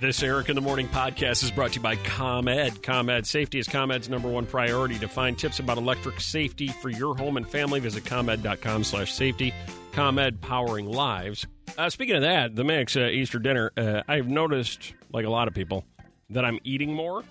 This Eric in the Morning podcast is brought to you by ComEd. ComEd Safety is ComEd's number one priority. To find tips about electric safety for your home and family, visit ComEd.com slash safety. ComEd powering lives. Uh, speaking of that, the Max uh, Easter dinner, uh, I've noticed, like a lot of people, that I'm eating more.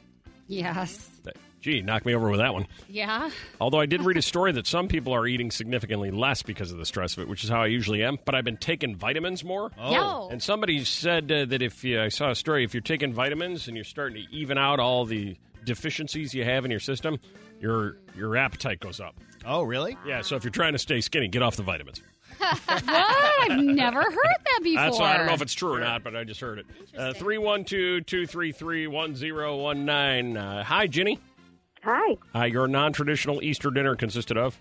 Yes. That- Gee, knock me over with that one. Yeah. Although I did read a story that some people are eating significantly less because of the stress of it, which is how I usually am. But I've been taking vitamins more. No. Oh. And somebody said uh, that if you, I saw a story, if you're taking vitamins and you're starting to even out all the deficiencies you have in your system, your your appetite goes up. Oh, really? Yeah, so if you're trying to stay skinny, get off the vitamins. What? I've never heard that before. That's I don't know if it's true or not, but I just heard it. Uh, Three one two two three three one zero one nine. Uh, Hi, Ginny. Hi, Uh, your non-traditional Easter dinner consisted of?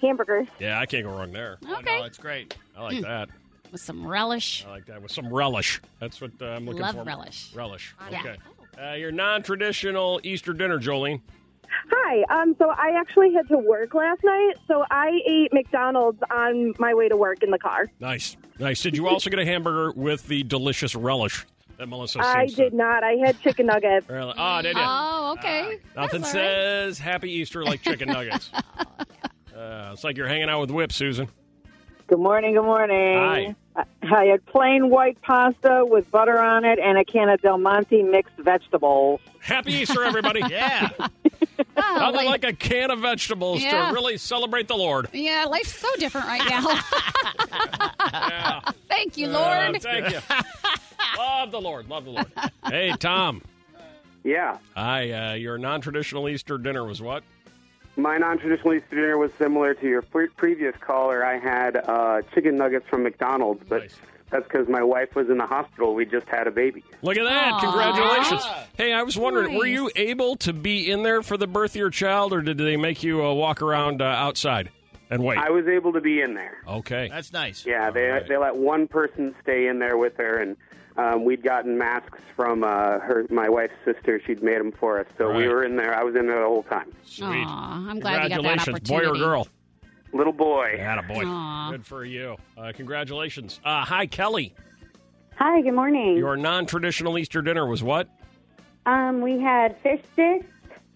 hamburgers. Yeah, I can't go wrong there. Okay. it's great. I Hmm. like that. With some relish. I like that with some relish. That's what uh, I'm looking Love for. relish. Oh. Relish. Yeah. Okay. Uh, your non-traditional Easter dinner, Jolene. Hi. Um. So I actually had to work last night, so I ate McDonald's on my way to work in the car. Nice, nice. Did you also get a hamburger with the delicious relish that Melissa? I seems did To- not. I had chicken nuggets. Really? Oh, did you? Oh, okay. Nothing That's all right. Oh, says "Happy Easter" like chicken nuggets. uh, it's like you're hanging out with Whip, Susan. Good morning. Good morning. Hi. I had plain white pasta with butter on it and a can of Del Monte mixed vegetables. Happy Easter, everybody! Yeah. Oh, Nothing like like- a can of vegetables Yeah. to really celebrate the Lord. yeah, life's so different right now. Yeah. Thank you, Uh, Lord. thank you. love the Lord. Love the Lord. Hey, Tom. Yeah. Hi. Uh, your non-traditional Easter dinner was what? My non traditional Easter dinner was similar to your pre- previous caller. I had uh, chicken nuggets from McDonald's, but Nice. that's because my wife was in the hospital. We just had a baby. Look at that! Aw. Congratulations. Hey, I was wondering, were you Nice. able to be in there for the birth of your child, or did they make you uh, walk around uh, outside and wait? I was able to be in there. okay. That's nice. Yeah, they, All right. they let one person stay in there with her, and um, we'd gotten masks from uh, her, my wife's sister. She'd made them for us. So we Right. were in there. I was in there the whole time. Sweet. Aw, I'm glad you got that Congratulations, boy or opportunity. girl? Little boy. Yeah, boy. Aw. Good for you. Uh, congratulations. Uh, hi, Kelly. Hi, good morning. Your non-traditional Easter dinner was what? um, we had fish sticks,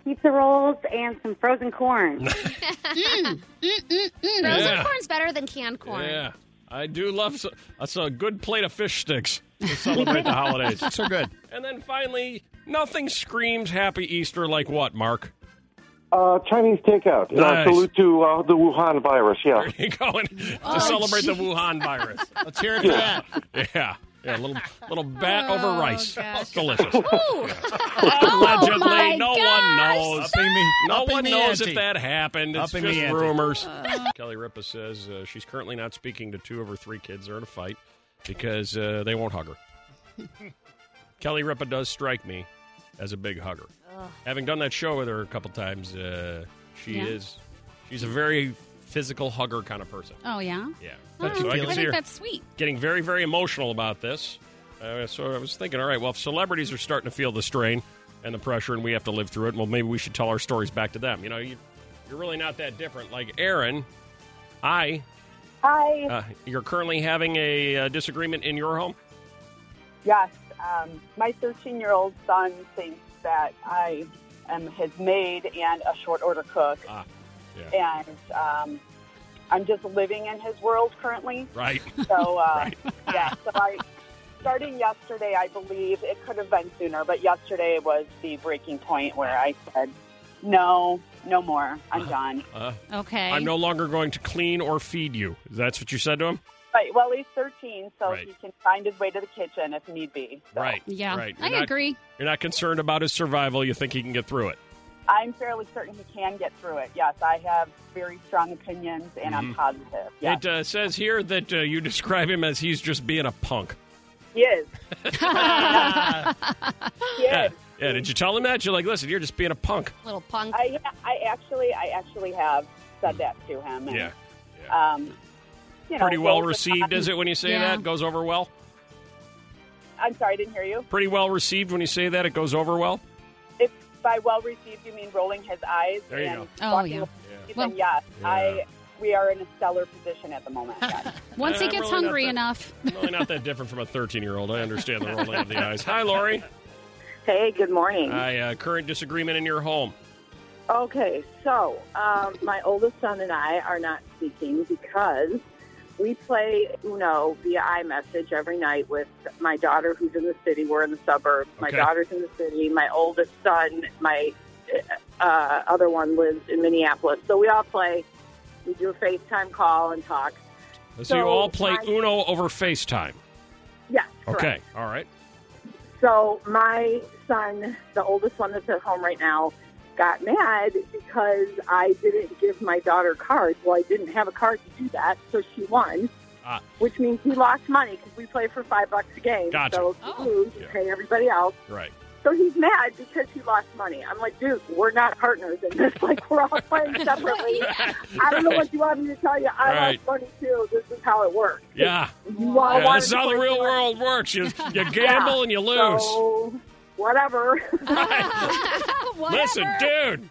pizza rolls, and some frozen corn. Frozen Yeah. corn's better than canned corn. Yeah, I do love so, that's a good plate of fish sticks to celebrate the holidays. So good. And then finally, nothing screams Happy Easter like what, Mark? Uh, Chinese takeout. Nice. Uh, salute to uh, the Wuhan virus. Yeah. you going to celebrate the Wuhan virus. Let's hear it for that. Yeah. Yeah, a little little bat over rice. gosh. It's delicious. Oh, my Allegedly, no one gosh. knows. Upping me- No upping one the knows ante. if that happened. It's Upping the just ante. rumors. Kelly Ripa says uh, she's currently not speaking to two of her three kids. They're in a fight because uh, they won't hug her. Kelly Ripa does strike me as a big hugger. Having done that show with her a couple times, uh, she Yeah. is she's a very physical hugger kind of person. Oh, yeah. Yeah, Oh, so I I can see think her that's sweet. getting very, very emotional about this. Uh, so I was thinking, all right, well, if celebrities are starting to feel the strain and the pressure and we have to live through it, well, maybe we should tell our stories back to them. You know, you, you're really not that different. Like Aaron, I, Hi. uh, you're currently having a uh, disagreement in your home. Yes, um, my 13 year old son thinks that I am his maid and a short order cook. Ah, And um, I'm just living in his world currently. Right. So, uh, Right. yeah, so I, starting yesterday, I believe it could have been sooner, but yesterday was the breaking point where I said, no, no more. I'm done. Uh, Okay. I'm no longer going to clean or feed you. That's what you said to him. Right. Well, he's 13, so Right. he can find his way to the kitchen if need be. So Right. yeah, Right. You're I not- agree. You're not concerned about his survival. You think he can get through it. I'm fairly certain he can get through it. Yes, I have very strong opinions, and Mm-hmm. I'm positive. Yes, It uh, says here that uh, you describe him as he's just being a punk. he is. he is. Yeah. Yeah. Did you tell him that? You're like, listen, you're just being a punk. Little punk. I, I actually, I actually have said that to him. And, Yeah. Um, you know, Pretty well those are received, times- is it, when you say Yeah. that? Goes over well? I'm sorry, I didn't hear you. Pretty well received when you say that? It goes over well? If by well received you mean rolling his eyes There you and go. Oh, walking yeah. away, Well- then yes, Yeah. I we are in a stellar position at the moment. yes. Once he I'm gets rolling up hungry the- enough. Really not that different from a 13 year old. I understand the rolling of the eyes. Hi, Lori. Hey, good morning. Hi, uh, current disagreement in your home. Okay, so um, my oldest son and I are not speaking because we play Uno via iMessage every night with my daughter who's in the city. We're in the suburbs. My Okay. daughter's in the city. My oldest son, my uh, other one lives in Minneapolis. So we all play. We do a FaceTime call and talk. So, So you all play my- Uno over FaceTime. Yes, correct. Okay, all right. So my son, the oldest one that's at home right now, got mad because I didn't give my daughter cards. Well, I didn't have a card to do that, so she won. Ah. Which means he lost money because we play for five bucks a game. Gotcha. So if Oh. you lose, you Yeah. pay everybody else. Right. So he's mad because he lost money. I'm like, dude, we're not partners in this. Like, we're all playing separately. I don't know what you want me to tell you. I Right. lost money too. This is how it works. Yeah. You all Yeah, wanted this is to how the play real together. world works. You, you gamble and you lose. So, whatever. Whatever. Listen, dude,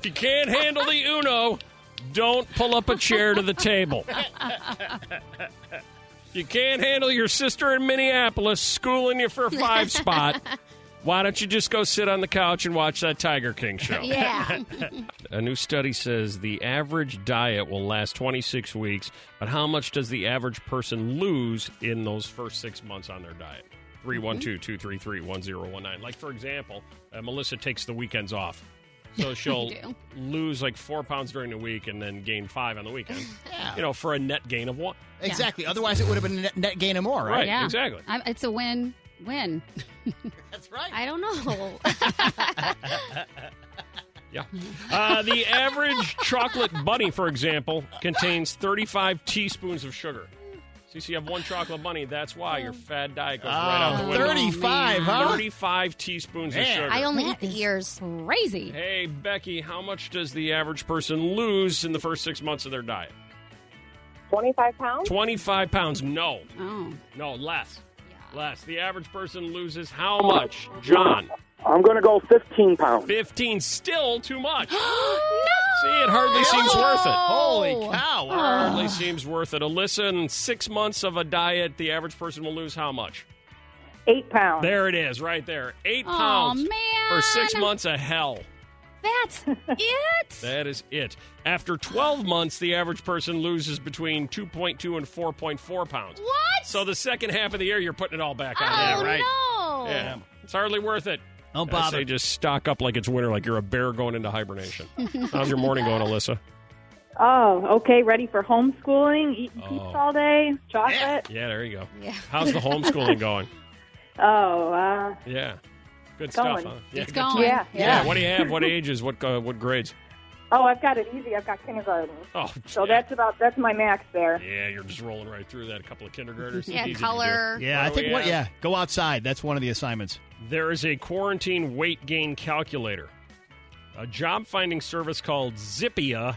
if you can't handle the Uno, don't pull up a chair to the table. you can't handle your sister in Minneapolis schooling you for a five spot. Why don't you just go sit on the couch and watch that Tiger King show? Yeah. A new study says the average diet will last 26 weeks, but how much does the average person lose in those first six months on their diet? 312 233 1019. Like, for example, uh, Melissa takes the weekends off. So she'll do. lose like four pounds during the week and then gain five on the weekend, you know, for a net gain of one. Exactly. Otherwise, it would have been a net, net gain or more, right? Right, Yeah. exactly. I, it's a win. Win. That's right. I don't know. Yeah. Uh, the average chocolate bunny, for example, contains 35 teaspoons of sugar. So you see, you have one chocolate bunny. That's why your fad diet goes right out the Oh, window. 35, Oh, huh? 35 teaspoons of Man. sugar. I only That eat the is ears. Crazy. hey, Becky, how much does the average person lose in the first six months of their diet? 25 pounds? 25 pounds. No. Oh. No, less. Less. The average person loses how much? John. I'm going to go 15 pounds. 15. Still too much. See, it hardly seems worth Oh. it. Holy cow. Hardly seems worth it. Alyssa, in six months of a diet, the average person will lose how much? Eight pounds. There it is, right there. Eight Oh, pounds man. for six months of hell. That's it. That is it. After 12 months, the average person loses between 2.2 and 4.4 pounds. What? So the second half of the year, you're putting it all back on. oh, Yeah, right. no. Yeah. It's hardly worth it. Oh. Don't I say bother. just stock up like it's winter, like you're a bear going into hibernation. How's your morning going, Alyssa? Oh, okay. Ready for homeschooling? Eating Oh. pizza all day? Chocolate? Yeah, there you go. Yeah. How's the homeschooling going? Oh, uh, Yeah. Good Going. stuff, huh? Yeah, It's good going. yeah, yeah. Yeah. What do you have? What ages? What uh, what grades? Oh, I've got it easy. I've got kindergarten. Oh, So yeah. that's about that's my max there. yeah. You're just rolling right through that. A couple of kindergartners. Yeah, Easy to do. color. Yeah, What I do think we what? have? Yeah, go outside. That's one of the assignments. There is a quarantine weight gain calculator. A job finding service called Zippia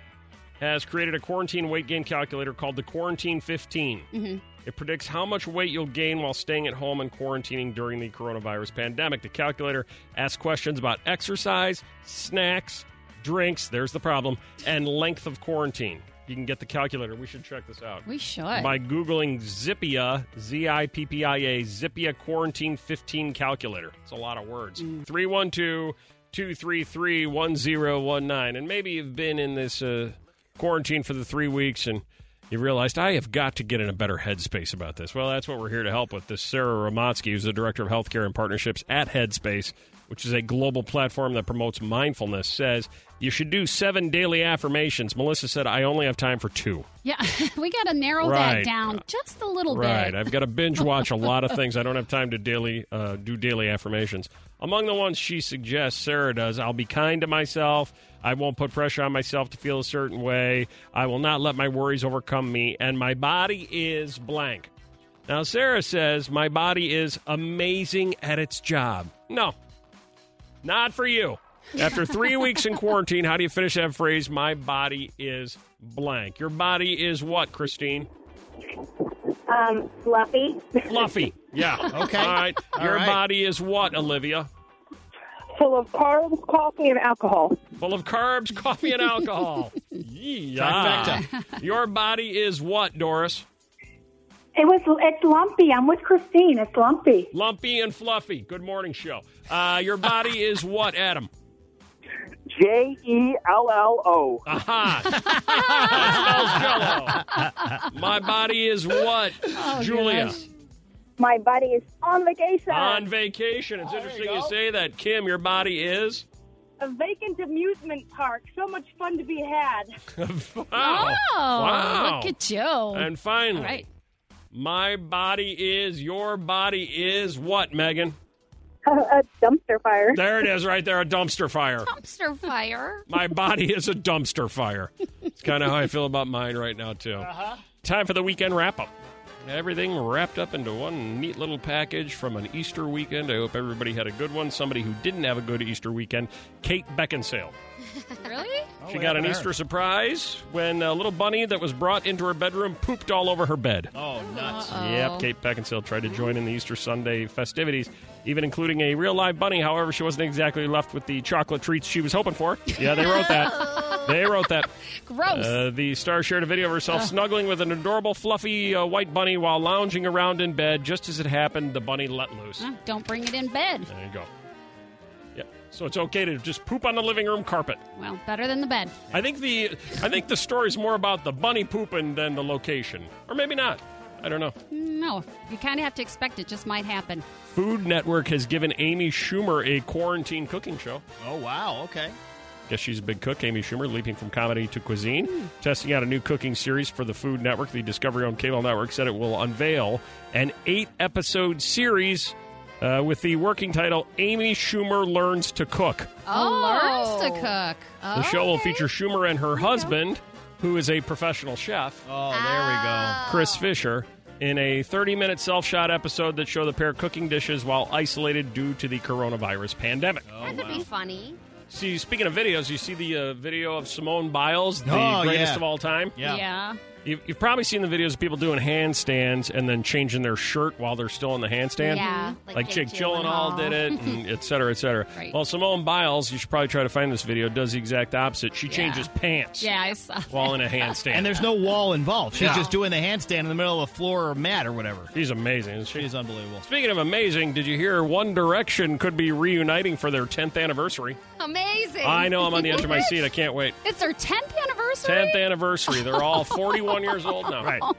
has created a quarantine weight gain calculator called the Quarantine 15. Mhm. It predicts how much weight you'll gain while staying at home and quarantining during the coronavirus pandemic. The calculator asks questions about exercise, snacks, drinks, there's the problem, and length of quarantine. You can get the calculator. We should check this out We should. by googling Zippia, Z I P P I A, Zippia Quarantine 15 Calculator. It's a lot of words. 312 233 1019. And maybe you've been in this uh, quarantine for the three weeks and you realized I have got to get in a better headspace about this. Well, that's what we're here to help with. This is Sarah Romotsky, who's the director of healthcare and partnerships at Headspace, which is a global platform that promotes mindfulness, says you should do seven daily affirmations. Melissa said, I only have time for two. yeah. we got to narrow Right. that down just a little Right. bit. I've got to binge watch a lot of things. I don't have time to daily uh, do daily affirmations. Among the ones she suggests, Sarah does. I'll be kind to myself. I won't put pressure on myself to feel a certain way. I will not let my worries overcome me. And my body is blank. Now, Sarah says my body is amazing at its job. No, not for you. After three weeks in quarantine, how do you finish that phrase? My body is blank. Your body is what, Christine? Um, fluffy. Fluffy. Yeah. Okay. All right. All Your right. body is what, Olivia? full of carbs, coffee, and alcohol. Full of carbs, coffee, and alcohol. yeah. Your body is what, Doris? It was it's lumpy. I'm with Christine. It's lumpy. Lumpy and fluffy. Good morning show. Uh, your body is what, Adam? J E L L O. Aha. My body is what, Julia? My body is on vacation. On vacation. It's interesting you, say that. Kim, your body is? A vacant amusement park. So much fun to be had. wow. Oh, Wow. look at you. And finally, All right. my body is, your body is what, Megan? a dumpster fire. There it is right there, a dumpster fire. Dumpster fire. My body is a dumpster fire. It's kind of how I feel about mine right now, too. Uh-huh. Time for the weekend wrap up. Everything wrapped up into one neat little package from an Easter weekend. I hope everybody had a good one. Somebody who didn't have a good Easter weekend, Kate Beckinsale. Really? she got an Easter surprise when a little bunny that was brought into her bedroom pooped all over her bed. Oh, nuts. Yep, Kate Beckinsale tried to join in the Easter Sunday festivities, even including a real live bunny. However, she wasn't exactly left with the chocolate treats she was hoping for. Yeah, they wrote that. they wrote that. Gross. Uh, the star shared a video of herself Ugh. snuggling with an adorable, fluffy uh, white bunny while lounging around in bed. Just as it happened, the bunny let loose. Uh, Don't bring it in bed. There you go. Yep. So it's okay to just poop on the living room carpet. Well, better than the bed. I think the I think the story's more about the bunny pooping than the location, or maybe not. I don't know. No, you kind of have to expect it. Just might happen. Food Network has given Amy Schumer a quarantine cooking show. Oh, wow. Okay. Guess she's a big cook, Amy Schumer, leaping from comedy to cuisine, testing out a new cooking series for the Food Network. The Discovery owned cable network said it will unveil an eight episode series uh, with the working title Amy Schumer Learns to Cook. Oh, learns to cook. The show will feature Schumer and her husband, who is a professional chef. Oh, there we go. Chris Fisher in a 30-minute self-shot episode that show the pair cooking dishes while isolated due to the coronavirus pandemic. Oh, that could be funny. See, speaking of videos, you see the uh, video of Simone Biles, the Oh, greatest yeah. of all time. yeah. You've, you've probably seen the videos of people doing handstands and then changing their shirt while they're still in the handstand. Yeah, Like, like Jake Jake Gyllenhaal Gyllenhaal. did it, and et cetera, et cetera. Right. Well, Simone Biles, you should probably try to find this video, does the exact opposite. She Yeah. changes pants Yeah, I saw. while in a handstand. And there's no wall involved. She's No. just doing the handstand in the middle of a floor or mat or whatever. She's amazing. Isn't she? She's unbelievable. Speaking of amazing, did you hear One Direction could be reuniting for their 10th anniversary? Amazing. I know I'm on the edge of my seat. I can't wait. It's our 10th anniversary. 10th anniversary. They're all 41 years old now. Right. Oh,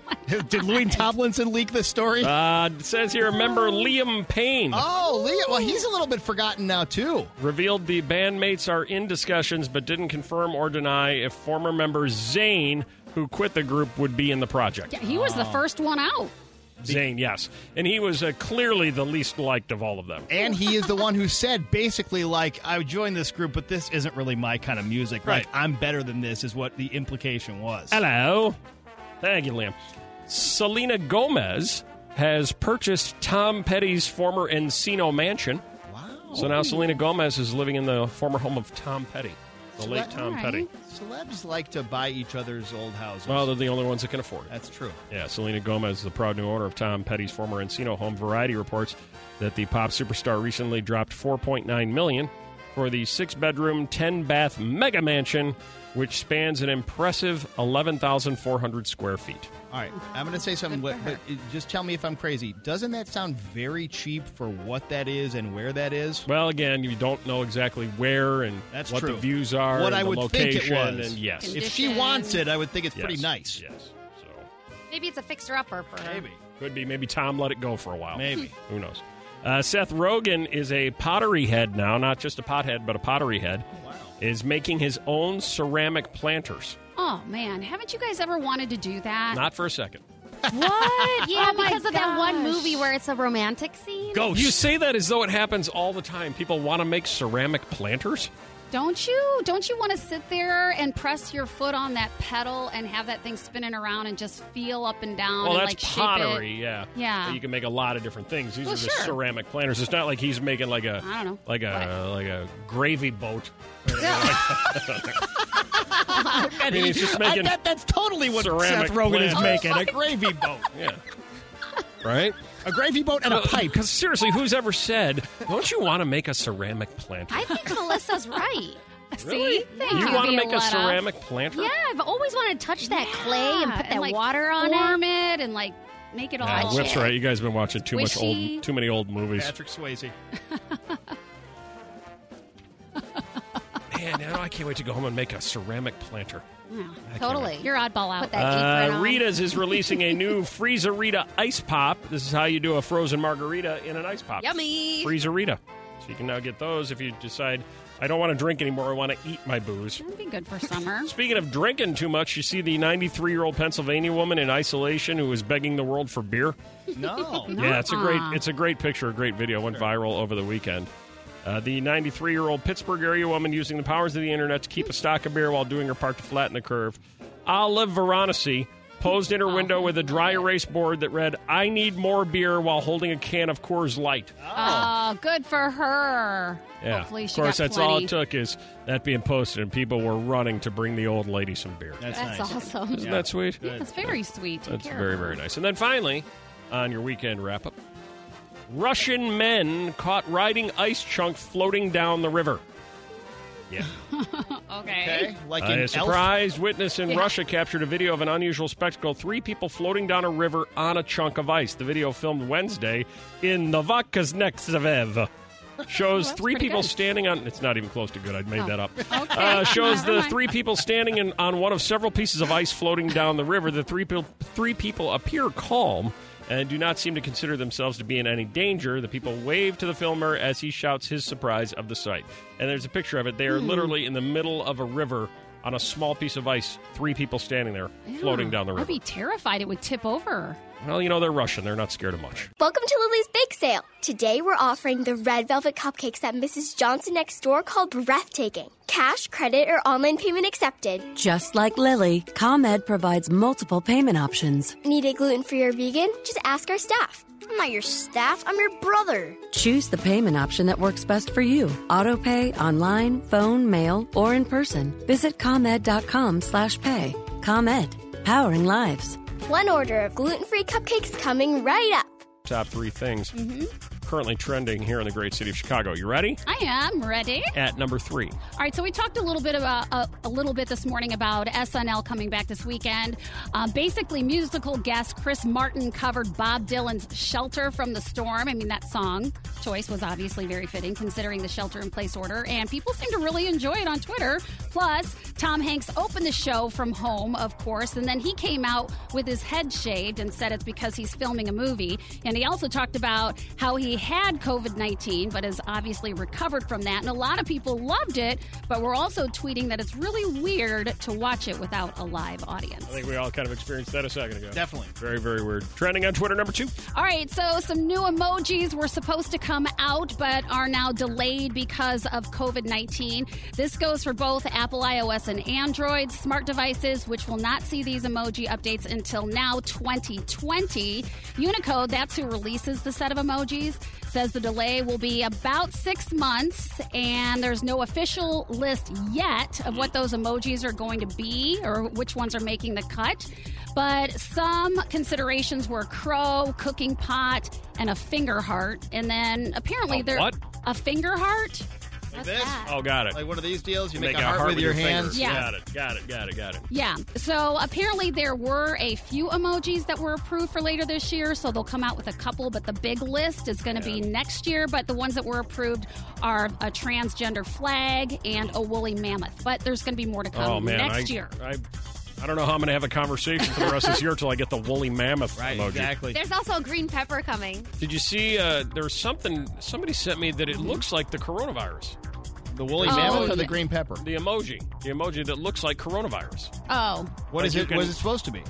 Did Louis Tomlinson leak this story? Uh, it says here, remember Liam Payne Oh, Leah. Well, he's a little bit forgotten now, too. revealed the bandmates are in discussions but didn't confirm or deny if former member Zayn, who quit the group, would be in the project. Yeah, he was the first one out. Zayn, yes. And he was uh, clearly the least liked of all of them. And he is the one who said basically, like, I joined this group, but this isn't really my kind of music. Right. Like, I'm better than this, is what the implication was. Hello. Thank you, Liam. Selena Gomez has purchased Tom Petty's former Encino mansion. Wow. Oh. So now Selena Gomez is living in the former home of Tom Petty, the late Tom Petty. Celebs like to buy each other's old houses. Well, they're the only ones that can afford it. That's true. Yeah, Selena Gomez, the proud new owner of Tom Petty's former Encino home, Variety reports that the pop superstar recently dropped 4.9 million for the six-bedroom, ten-bath mega mansion, which spans an impressive 11,400 square feet. All right, I'm going to say something, but, but it- just tell me if I'm crazy. Doesn't that sound very cheap for what that is and where that is? Well, again, you don't know exactly where and That's what true. the views are. What and I the would location, think it was. And yes, If she wants it, I would think it's Yes. pretty nice. Yes. So Maybe it's a fixer upper for her. Could be. Maybe Tom let it go for a while. Maybe. Who knows? Uh, Seth Rogen is a pottery head now, not just a pothead, but a pottery head. Oh, wow. Is making his own ceramic planters. Oh man, haven't you guys ever wanted to do that? Not for a second. What? Yeah, Oh my because of that one gosh. movie where it's a romantic scene. Ghost. You say that as though it happens all the time. People want to make ceramic planters? Don't you? Don't you want to sit there and press your foot on that pedal and have that thing spinning around and just feel up and down? well, and, that's like, shape it? pottery, yeah. Yeah. But You can make a lot of different things. These Well, are the sure. ceramic planters. It's not like he's making like a I don't know. like a like a gravy boat. I mean, he's just making I bet that's totally what ceramic Seth Rogen plants. is making. Oh a gravy boat. Yeah. right? A gravy boat and a pipe. Because seriously, who's ever said, don't you want to make a ceramic planter? I think Melissa's right. Really? See, thank you you, want to make a Violetta. ceramic planter? Yeah, I've always wanted to touch that clay and put that like, water on form it. it and like make it all. Nah, Whip's right. You guys have been watching too much Wishy. old, too many old movies. Patrick Swayze. Man, now I can't wait to go home and make a ceramic planter. Yeah, totally. You're oddball out. Uh, Rita's is releasing a new Freezerita ice pop. This is how you do a frozen margarita in an ice pop. Yummy. Freezerita. So you can now get those if you decide I don't want to drink anymore. I want to eat my booze. That'd be good for summer. Speaking of drinking too much, you see the 93 year old Pennsylvania woman in isolation who is begging the world for beer. No. Yeah, it's a great it's a great picture, a great video, went viral over the weekend. Uh, the 93 year old Pittsburgh area woman using the powers of the internet to keep a stock of beer while doing her part to flatten the curve. Olive Veronese posed in her Oh. window with a dry erase board that read, "I need more beer" while holding a can of Coors Light. Oh, good for her. Yeah, Hopefully she of course, got that's all plenty. it took is that being posted, and people were running to bring the old lady some beer. That's, That's nice. awesome. Isn't that sweet? Yeah, it's very sweet. Take That's care. very, very nice. And then finally, on your weekend wrap up, Russian men caught riding ice chunk floating down the river. Yeah. Okay. Like a an elf. surprised witness in Yeah. Russia captured a video of an unusual spectacle three people floating down a river on a chunk of ice. The video, filmed Wednesday in Novakaznetsev, shows that's three pretty people good. standing on. It's not even close to good. I made Oh. that up. Okay. Uh, shows Never the mind. three people standing in, on one of several pieces of ice floating down the river. The three, peo- three people appear calm. And do not seem to consider themselves to be in any danger. The people wave to the filmer as he shouts his surprise of the sight. And there's a picture of it. They are Hmm. literally in the middle of a river on a small piece of ice, three people standing there Yeah. floating down the I'd river. be terrified it would tip over. Well, you know, they're Russian. They're not scared of much. Welcome to Lily's Bake Sale. Today we're offering the red velvet cupcakes at Mrs. Johnson next door called Breathtaking. Cash, credit, or online payment accepted. Just like Lily, ComEd provides multiple payment options. Need a gluten free or vegan? Just ask our staff. I'm not your staff, I'm your brother. Choose the payment option that works best for you. Auto pay, online, phone, mail, or in person. Visit ComEd.com slash pay. ComEd, powering lives. One order of gluten free cupcakes coming right up. Top three things Mhm. currently trending here in the great city of Chicago. You ready? I am ready. At number three. All right, so we talked a little bit about a, a little bit this morning about SNL coming back this weekend. Um, basically, musical guest Chris Martin covered Bob Dylan's "Shelter from the Storm." I mean, that song choice was obviously very fitting considering the shelter-in-place order, and people seem to really enjoy it on Twitter. Plus, Tom Hanks opened the show from home, of course, and then he came out with his head shaved and said it's because he's filming a movie. And he also talked about how he had COVID 19, but has obviously recovered from that. And a lot of people loved it, but were also tweeting that it's really weird to watch it without a live audience. I think we all kind of experienced that a second ago. Definitely. Very, very weird. Trending on Twitter, number two. All right, so some new emojis were supposed to come out but are now delayed because of COVID 19. This goes for both Apple iOS and Android smart devices, which will not see these emoji updates until now 2020. Unicode, that's who releases the set of emojis, says the delay will be about six months, and there's no official list yet of what those emojis are going to be or which ones are making the cut. But some considerations were crow, cooking pot, and a finger heart. And then apparently A there what? a finger heart. Like this? Oh, got it. Like one of these deals? You Make make, a a heart heart with with your your fingers. hands? Yeah. Got it. Got it. Got it. Got it. Yeah. So apparently there were a few emojis that were approved for later this year, so they'll come out with a couple, but the big list is going to be next year. But the ones that were approved are a transgender flag and a woolly mammoth. But there's going to be more to come Oh man, Um, next I, year. I, I don't know how I'm going to have a conversation for the rest of this year until I get the woolly mammoth right, emoji. Exactly. There's also green pepper coming. Did you see? Uh, there's something somebody sent me that it looks like the coronavirus. The woolly Oh, mammoth yeah. or the green pepper? The emoji, the emoji that looks like coronavirus. Oh. What Like is you it? can- What is it supposed to be?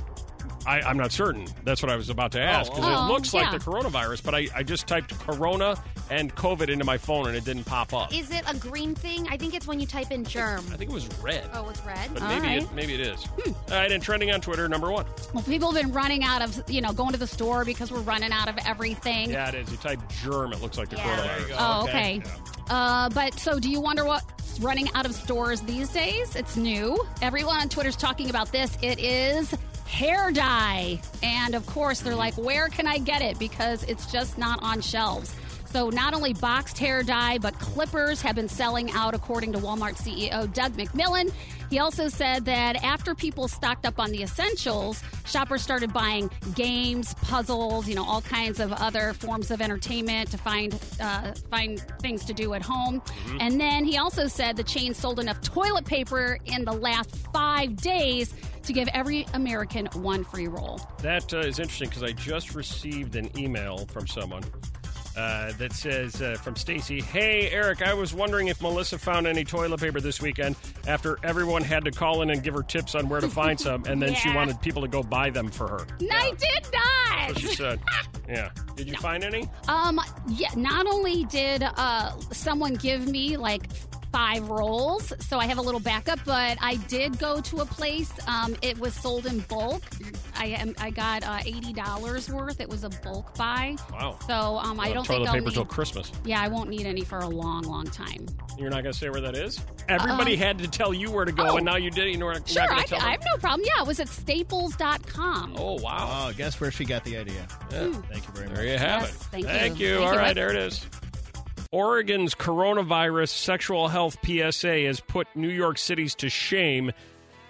I, I'm not certain. That's what I was about to ask. Oh, 'cause oh. it looks Oh, like yeah. the coronavirus, but I, I just typed corona and COVID into my phone and it didn't pop up. Is it a green thing? I think it's when you type in germ. I think it was red. Oh, it's red. But maybe it, maybe it is. Hmm. All right, and trending on Twitter, number one. Well, people have been running out of, you know, going to the store because we're running out of everything. Yeah, it is. You type germ, it looks like the Yeah. coronavirus. Oh, okay. Uh, but so, do you wonder what's running out of stores these days? It's new. Everyone on Twitter's talking about this. It is hair dye. And of course, they're like, where can I get it? Because it's just not on shelves. So, not only boxed hair dye, but clippers have been selling out, according to Walmart CEO Doug McMillan. He also said that after people stocked up on the essentials, shoppers started buying games, puzzles, you know, all kinds of other forms of entertainment to find uh, find things to do at home. Mhm. Mm-hmm. And then he also said the chain sold enough toilet paper in the last five days to give every American one free roll. That uh, is interesting because I just received an email from someone uh, that says uh, from Stacy, "Hey Eric, I was wondering if Melissa found any toilet paper this weekend after everyone had to call in and give her tips on where to find some, and then she Yeah. wanted people to go buy them for her." No, I did not. That's what she said. yeah. Did you find any? Um, yeah, not only did uh, someone give me like five rolls, so I have a little backup, but I did go to a place. Um, it was sold in bulk. I am, I got uh, eighty dollars worth. It was a bulk buy. Wow. So um, I Well, don't toilet think I'll paper need. till Christmas. yeah, I won't need any for a long, long time. You're not going to say where that is. Everybody Um, had to tell you where to go, oh. and now you did. You're not, Sure, not I, going to tell I them. have no problem. Yeah, it was at staples.com. Oh wow! Oh, guess where she got the idea? Thank you very much. There you have Yes, it. thank you. you. Thank All you, right, Mike. there it is. Oregon's coronavirus sexual health PSA has put New York City's to shame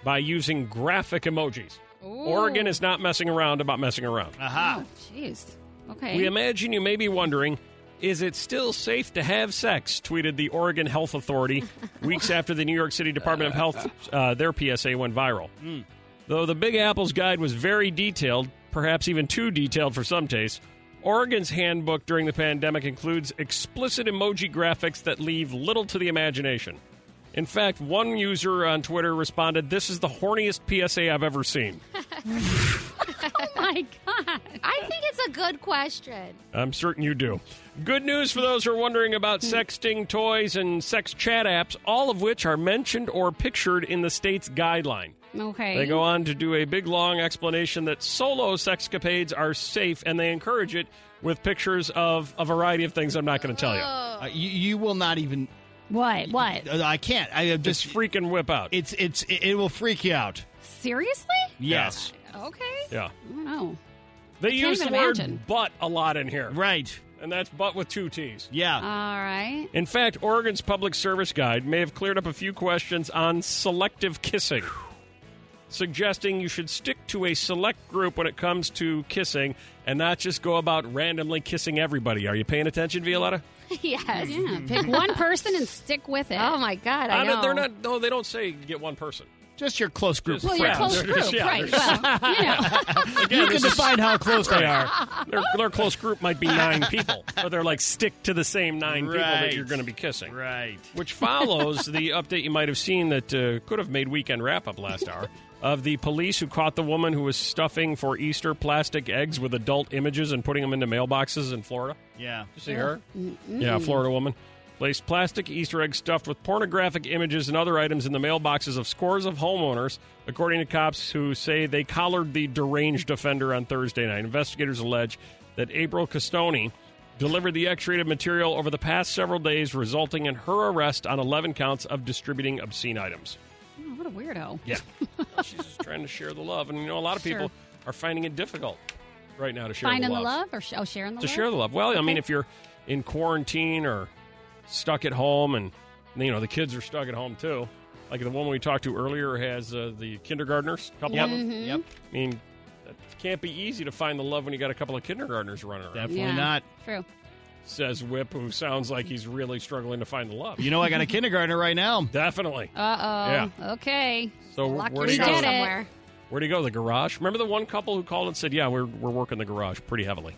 by using graphic emojis. Oregon is not messing around about messing around. Aha. Oh, Jeez. Okay. Ah. We imagine you may be wondering is it still safe to have sex? tweeted the Oregon Health Authority weeks after the New York City Department of Health, uh, their PSA went viral. Though the Big Apple's guide was very detailed, perhaps even too detailed for some tastes, Oregon's handbook during the pandemic includes explicit emoji graphics that leave little to the imagination. In fact, one user on Twitter responded, This is the horniest PSA I've ever seen. oh my god! I think it's a good question. I'm certain you do. Good news for those who are wondering about Hmm. sexting toys and sex chat apps, all of which are mentioned or pictured in the state's guideline. Okay. They go on to do a big long explanation that solo sexcapades are safe and they encourage it with pictures of a variety of things I'm not going to tell you. Uh, you. You will not even. Uh, What? What? I can't. I just freaking whip out. It's it's it, it will freak you out. Seriously? Yes. Okay. Yeah. I don't know. They Can't use the even word imagine. butt a lot in here. Right. And that's butt with two T's. Yeah. All right. In fact, Oregon's public service guide may have cleared up a few questions on selective kissing, suggesting you should stick to a select group when it comes to kissing and not just go about randomly kissing everybody. Are you paying attention, Violetta? yes. Yeah, pick one person and stick with it. Oh my god! I, don't- know. Uh, They're not. No, they don't say get one person. Just your close group. Just Well, your friends. close They're just- group, yeah, right. they're- Well, you know. Again, you can this is- define how close they are. Their, their close group might be nine people, but they're like stick to the same nine people that you're going to be kissing. Right. Which follows the update you might have seen that uh, could have made weekend wrap up last hour of the police who caught the woman who was stuffing for Easter plastic eggs with adult images and putting them into mailboxes in Florida. Yeah. You see her? Yeah, Florida woman. Placed plastic Easter eggs stuffed with pornographic images and other items in the mailboxes of scores of homeowners, according to cops who say they collared the deranged offender on Thursday night. Investigators allege that April Castoni delivered the X-rated material over the past several days, resulting in her arrest on 11 counts of distributing obscene items. Oh, what a weirdo. Yeah. She's just trying to share the love. And, you know, a lot of people Sure. are finding it difficult right now to share Finding the the love love or sh- oh, sharing the to love? share the love. Well, I mean, if you're in quarantine or stuck at home, and you know the kids are stuck at home too, like the woman we talked to earlier has uh, the kindergartners, a couple Yep. of them. Mhm. Yep. I mean, it can't be easy to find the love when you got a couple of kindergartners running around. Definitely not. True. Says Whip, who sounds like he's really struggling to find the love. You know, I got a kindergartner right now. Definitely. Uh oh. Okay. So Lock where do you yourself go? somewhere. Where do you go? The garage. Remember the one couple who called and said, "Yeah, we're we're working the garage pretty heavily."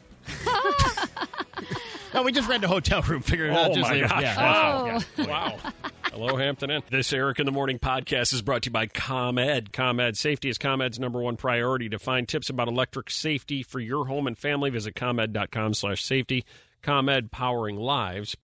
No, we just rent a hotel room. Figured it Oh out. Just my later. gosh! Yeah. Wow! Wow! Hello, Hampton Inn. This Eric in the Morning podcast is brought to you by ComEd. ComEd safety is ComEd's number one priority. To find tips about electric safety for your home and family, visit ComEd.com/safety. ComEd powering lives.